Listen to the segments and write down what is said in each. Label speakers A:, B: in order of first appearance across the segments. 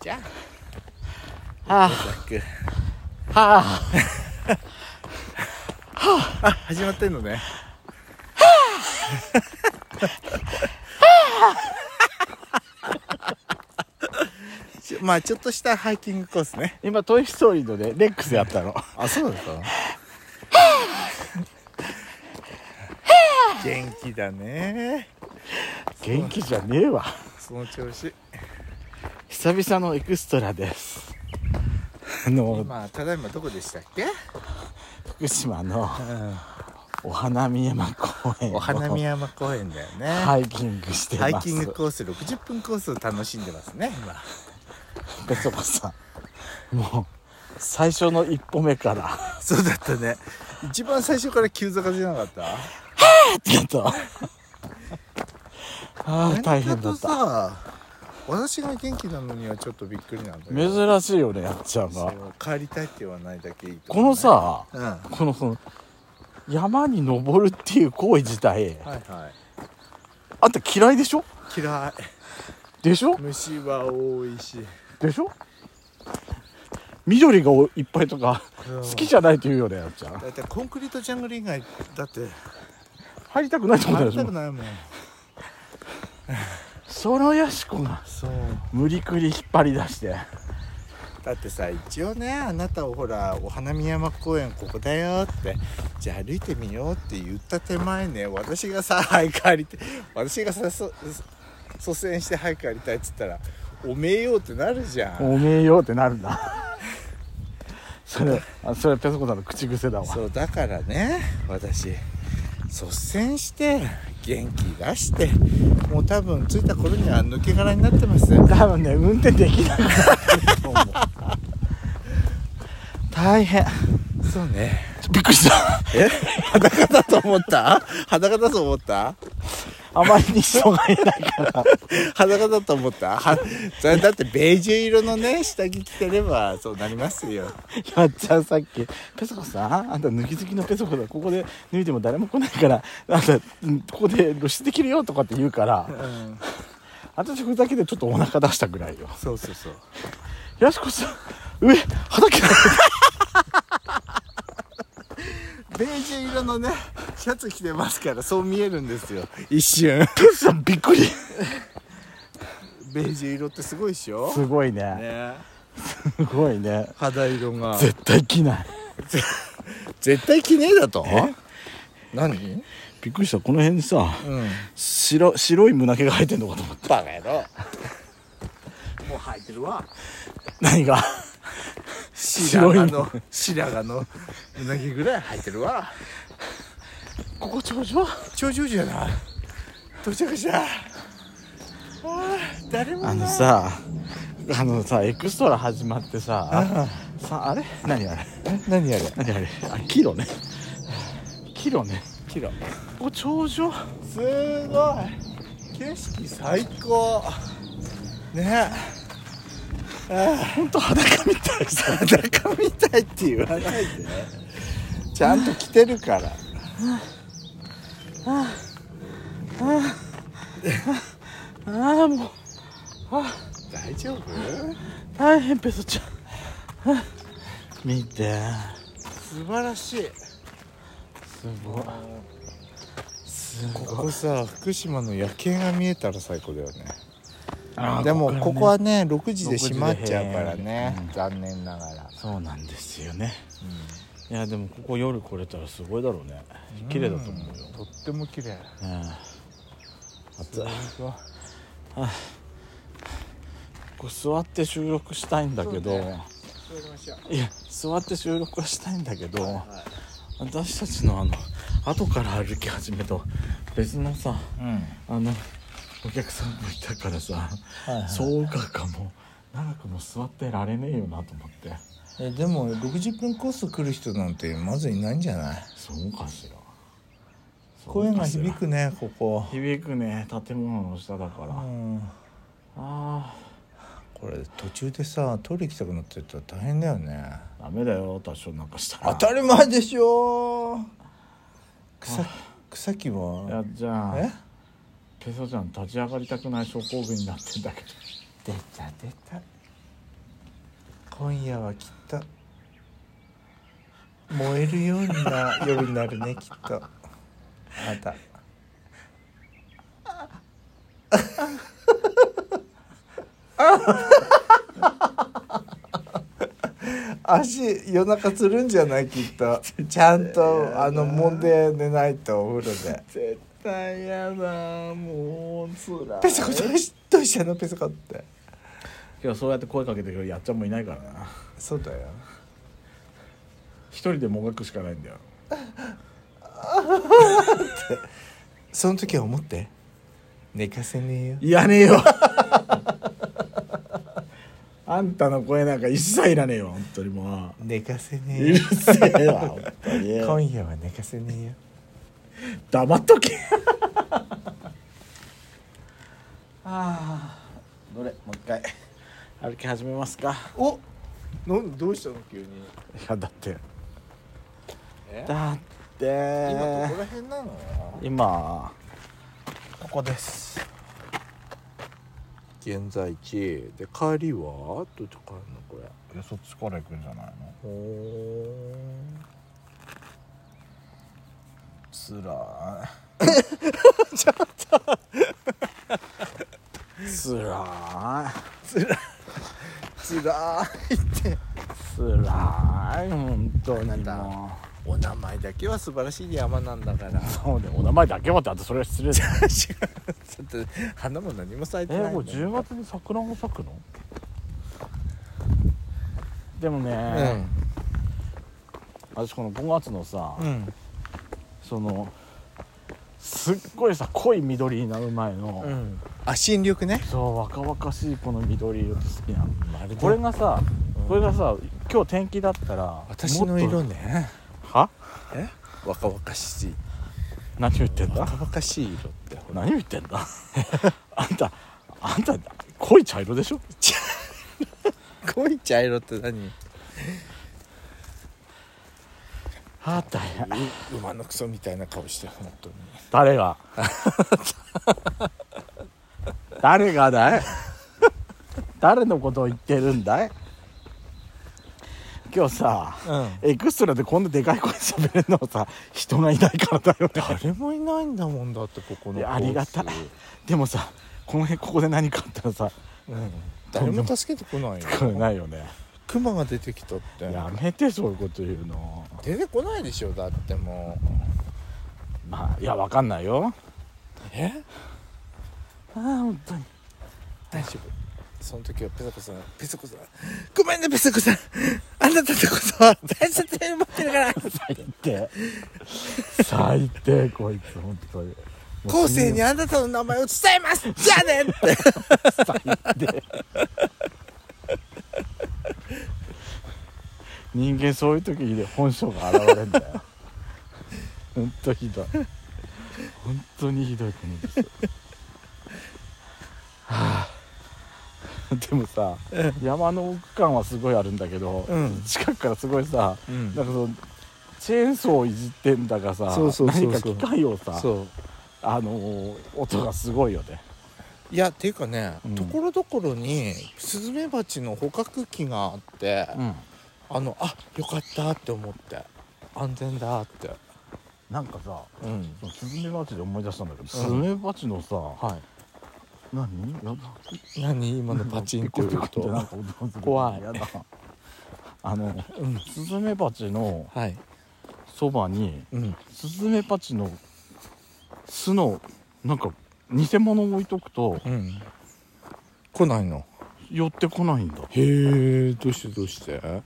A: じゃ
B: は
A: あザック
B: あ、はあ、
A: あ始まってんの ねちょまあちょっとしたハイキングコースね
B: 今、トイストーリーのね、レックスやったの。
A: あそうだった 元気だね
B: 元気じゃねえわ。
A: その調子
B: 久々のエクストラです。あの、
A: 今ただいまどこでしたっけ、
B: 福島のお花見山公園を
A: お花見山公園だよね、
B: ハイキングしてま
A: ハ
B: す。
A: イキングコース60分コースを楽しんでますね今
B: ペソコさん。もう、最初の一歩目から、あ
A: そうだったね一番最初から急坂じゃなかった
B: ちょっと。ああ、大変だっ
A: 何
B: た。
A: かとさ私が元気なのにはちょっとびっくりなんだけど
B: 珍しいよね、やっちゃんが。
A: 帰りたいって言わないだけいいと
B: こ
A: 思
B: の
A: うね
B: さ、
A: うんは
B: このその山に登るっていう行為自体
A: いは
B: あんた嫌いでしょ
A: い嫌
B: でしょ
A: い虫は多いし
B: でしょ緑がおいっぱいとか
A: うん
B: 好きじゃないと言うよねやっちゃん
A: だってコンクリートジャングル以外だって
B: 入りたくないってこと
A: 入
B: で
A: り
B: した
A: く
B: ょ
A: ないもん
B: そのやしこが
A: そう
B: 無理くり引っ張り出して
A: だってさ一応ねあなたをほらお花見山公園ここだよってじゃあ歩いてみようって言った手前ね私がさ早く帰りて私がさそそ率先して早く帰りたいっつったらおめえようってなるじゃん
B: おめえよってなるん だそれあそれペソコさんの口癖だわ
A: そうだからね私率先して元気出してもう多分着いた頃には抜け殻になってます
B: 多分ね運転できなくなってると 思う大変
A: そうね
B: びっくりした
A: え裸だと思った裸だと思った
B: あまりに人がいないから
A: 裸だと思ったはそれだってベージュ色のね下着着てればそうなりますよ
B: やっちゃんさっき「ペソコさんあんた脱ぎ好きのペソコだここで脱いでも誰も来ないからあんたうんここで露出できるよ」とかって言うから
A: うん
B: 私ふざけてちょっとお腹出したぐらいよ
A: そうそうそう
B: やしこさん上肌切られ
A: ベージュ色のねシャツ着てますからそう見えるんですよ一 瞬
B: てるさんびっくり
A: ベージュ色ってすごいでしょ
B: すごいね
A: ね
B: すごいね
A: 肌色が
B: 絶対着ない
A: 絶対着ねえだと何
B: びっくりしたこの辺にさ
A: うん
B: 白白い胸毛が生えてんのかと思った
A: バカ野郎もう履いてるわ
B: 何が
A: 白
B: 白
A: 髪
B: い
A: の
B: の
A: 白髪のうなぎぐらい履いてるわ
B: ここ頂上
A: 頂上じゃない到着したあー誰もいない
B: あのさあのさエクストラ始まってささあれ何あれ
A: え何やる
B: 何あれあキロねキロね
A: キロ
B: ここ頂上
A: すごい景色最高ね
B: ほんと裸みたいさ
A: 裸みたいって言わないでちゃんと着てるから
B: ああもう
A: 大丈夫
B: 大変ペソちゃんあ見て
A: 素晴らしい
B: すごいす
A: こ
B: ごい
A: こさ福島の夜景が見えたら最高だよね
B: あー
A: でもここ
B: は
A: はね6時で閉まっちゃうからね
B: うん
A: 残念ながら
B: そうなんですよねいやでもここ夜来れたらすごいだろうね綺麗だと思うよ、
A: とっても綺麗
B: うん、あとここ座って収録したいんだけど、
A: そうね座りましょう
B: いや座って収録はしたいんだけど、
A: は
B: 私たちのあの後から歩き始めと別のさ
A: うん
B: あのお客さんもいたからさ、
A: いはい
B: そうかかも長くも座ってられねえよなと思って
A: えでも60分コース来る人なんてまずいないんじゃない
B: そうかしら
A: 声が
B: そう
A: 響
B: かし
A: くねここ
B: ら響くね建物の下だから、
A: う
B: あ
A: ん
B: あ
A: これ途中でさトイレ行きたくなってたら大変だよね
B: ーダメだよ多少なんかしたら
A: 当たり前でしょ草草木
B: や
A: は
B: っちゃん
A: え
B: ペソちゃん立ち上がりたくない症候群になってんだけど
A: 出た出た今夜はきっと燃えるような夜になる ねきっとあなた足夜中つるんじゃないきっとちゃんとあの揉んで寝ないとお風呂で
B: 絶対やだもうつら
A: ペソコどうしどうしたのペソコって
B: 今日そうやって声かけてくるやっちゃんもいないからな
A: そうだよ
B: 一人でもがくしかないんだよ
A: その時は思って寝かせねえよ
B: いらねえよあんたの声なんか一切いらねえよ本当にも
A: 寝かせ
B: う
A: ね
B: う
A: え
B: る
A: よ
B: せえわ本当に
A: 今夜は寝かせねえよ
B: 黙っとけああどれもう一回歩き始めますか
A: おなんどうしたの急に
B: いやだって
A: え
B: だっ
A: 今ど
B: て
A: こら辺なの
B: 今ここです
A: 現在地で帰りはどうとかあるのこれ
B: いやそっちから行くんじゃないの
A: ほ
B: つらいちょっとつら
A: つらい って
B: いつらい本当にも
A: お名前だけは素晴らしい山なんだ から違う
B: うそうでお名前だけはってあとそれは失礼だよ
A: ちょっと花も何も咲いて
B: え
A: ないんだ
B: もう10月に桜が咲くのでも
A: うん
B: ね、私この5月のさ、
A: うん
B: そのすっごいさ濃い緑になる前の、
A: うんあ新緑ね
B: そう若々しいこの緑色って好きなの
A: まるで
B: これがさ、
A: うん
B: これがさ今日天気だったら
A: 私の
B: も
A: 色
B: っと
A: ね
B: は
A: え若々しい
B: 何を言ってんだ
A: 若々しい色ってほら
B: 何を言ってん だあんたあんた濃い茶色でしょ
A: 濃い茶色って何
B: あったや
A: う馬のクソみたいな顔して本当に
B: 誰 が誰がだい誰のことを言ってるんだい今日さ、
A: う
B: エクストラでこんなでかい声喋れるのはさ人がいないからだよね
A: 誰もいないんだもんだってここの
B: いや
A: コース
B: ありがたいでもさこの辺ここで何かあったらさ
A: うん誰も助けてこないよ
B: これないよね
A: クマが出てきたって
B: やめてそういうこと言うの
A: 出てこないでしょだっても
B: まあいやわかんないよ
A: うえ
B: ああ本当に
A: 大丈夫その時はペソコさんペソコさんごめんねペソコさんあなたとこそ大切に持ってる から
B: 最低最低こいつ本当に
A: 後世にあなたの名前を伝えますじゃあねって
B: で人間そういう時にね本性が現れるんだよ本当ひどい本当にひどい国ですはあでもさ山の奥感はすごいあるんだけど、
A: うん
B: 近くからすごいさ、
A: うん
B: なんかそのチェーンソーをいじってんだかさ
A: そうそうそうそう
B: 何か機械をさ
A: そう
B: あのー音がすごいよね
A: いやっていうかね
B: うん
A: ところどころにスズメバチの捕獲器があって、
B: ん
A: あのあよかったって思って安全だって
B: なんかさ
A: うん
B: そのスズメバチで思い出したんだけど、スズメバチのさ、
A: は
B: 何やだ
A: い何今のパチ ンって言
B: ピコピ
A: う
B: コってなんか
A: と
B: 音がする
A: 怖い
B: やだあの
A: うん
B: スズメバチの
A: はい
B: そばに
A: うん
B: スズメバチの巣のなんか偽物を置いとくと
A: うん来ないの
B: 寄ってこないんだ
A: へえどうしてどうしては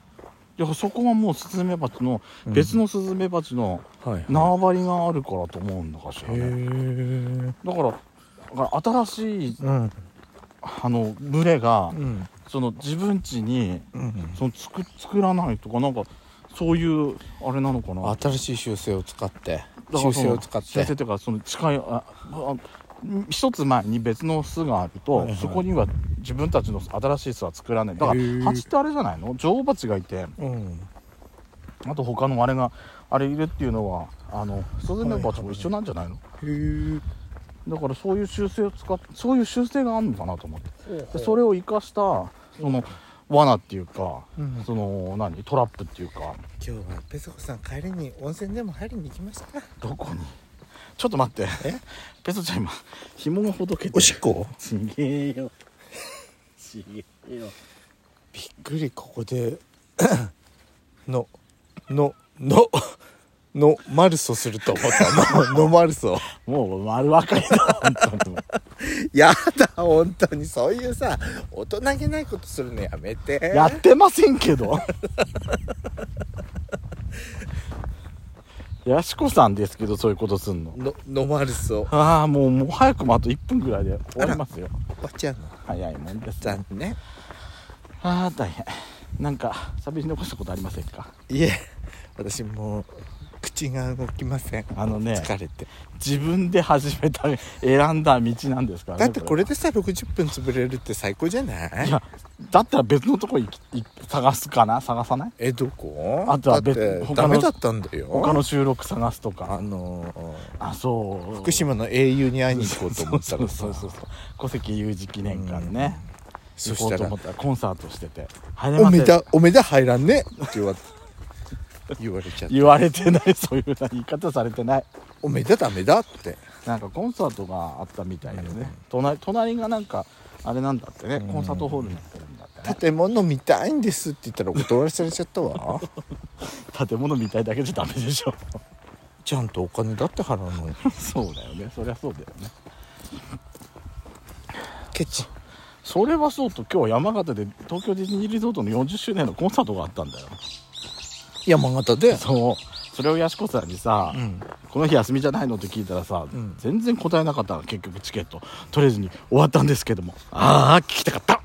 A: い
B: やそこはもうスズメバチの
A: うん
B: 別のスズメバチの
A: い
B: 縄張りがあるからと思うんだかしら
A: へえ
B: ね、だからだから新しい
A: うん
B: あの群れが
A: うん
B: その自分家に
A: うん
B: その作作らないとかなんかそういうあれなのかな
A: 新しい修正を使って
B: だからそ
A: 修正
B: の
A: を使っ
B: 修
A: て
B: 正っていうかその近いああ一つ前に別の巣があると、
A: はいはい
B: そこには自分たちの新しい巣は作らないだか
A: へ
B: ら
A: ー
B: 蜂ってあれじゃないの女王蜂がいて
A: うん
B: あと他のあれがあれいるっていうのはあのスズメバチも一緒なんじゃないの、
A: へえ
B: だからそういう修正を使っそういう修正があるのかなと思ってでそれを生かしたその罠っていうか、
A: うん
B: その何トラップっていうか
A: 日はペソコさん帰りに温泉でも入りに行きますか
B: どこにちょっと待って
A: え
B: ペソちゃん今紐がほどけて
A: おしっこ
B: ちげえよちげえよ
A: びっくりここで ののののマルソすると思 ったののマルソ
B: もう丸分かりだ本当に
A: やだ本当にそういうさ大人げないことするのやめて
B: やってませんけどやしこさんですけどそういうことすんの
A: ののマルソ
B: ああもうもう早くもあと1分ぐらいで終わりますよ
A: おばちゃんの
B: 早いもんです
A: 残念ね
B: ああ大変なんか喋り残したことありませんか
A: いえ私もう口が動きません
B: あのね
A: 疲れて
B: 自分で始めた選んだ道なんですからね
A: だってこれでさ60分潰れるって最高じゃない
B: いやだったら別のとこ行き行き探すかな探さない
A: えどこ
B: あとは
A: だっ
B: 別
A: て
B: 他
A: ダ
B: の
A: メだったんだよ
B: 他の収録探すと
A: あ
B: か
A: の
B: あそう
A: 福島の英雄に会いに行こうと思ったらさ
B: そうそうそうそう戸籍有事記念館ね
A: そ
B: 行
A: し
B: こ
A: た
B: うと
A: ら
B: 思ったらコンサートしてて入
A: 「
B: れ
A: お
B: ませ
A: め
B: ん
A: だおめだ入らんね」って言わ言われちゃって
B: 言われてないそういうな言い方されてない
A: 「おめだダメだ」って
B: なんかコンサートがあったみたいでね、隣隣がなんかあれなんだってね、コンサートホールになってるんだってね
A: 建物見たいんですって言ったらお断りされちゃったわ
B: 建物みたいだけじゃダメでしょ
A: ちゃんとお金だって払うのに
B: そうだよねそりゃそうだよね
A: ケチ
B: それはそうと今日は山形で東京ディズニーリゾートの40周年のコンサートがあったんだよ
A: 山形で
B: そうそれをやしこさんにさ、
A: ん
B: この日休みじゃないの?」って聞いたらさ、
A: ん
B: 全然答えなかったの結局チケット取れずに終わったんですけども「ああ聞きたかった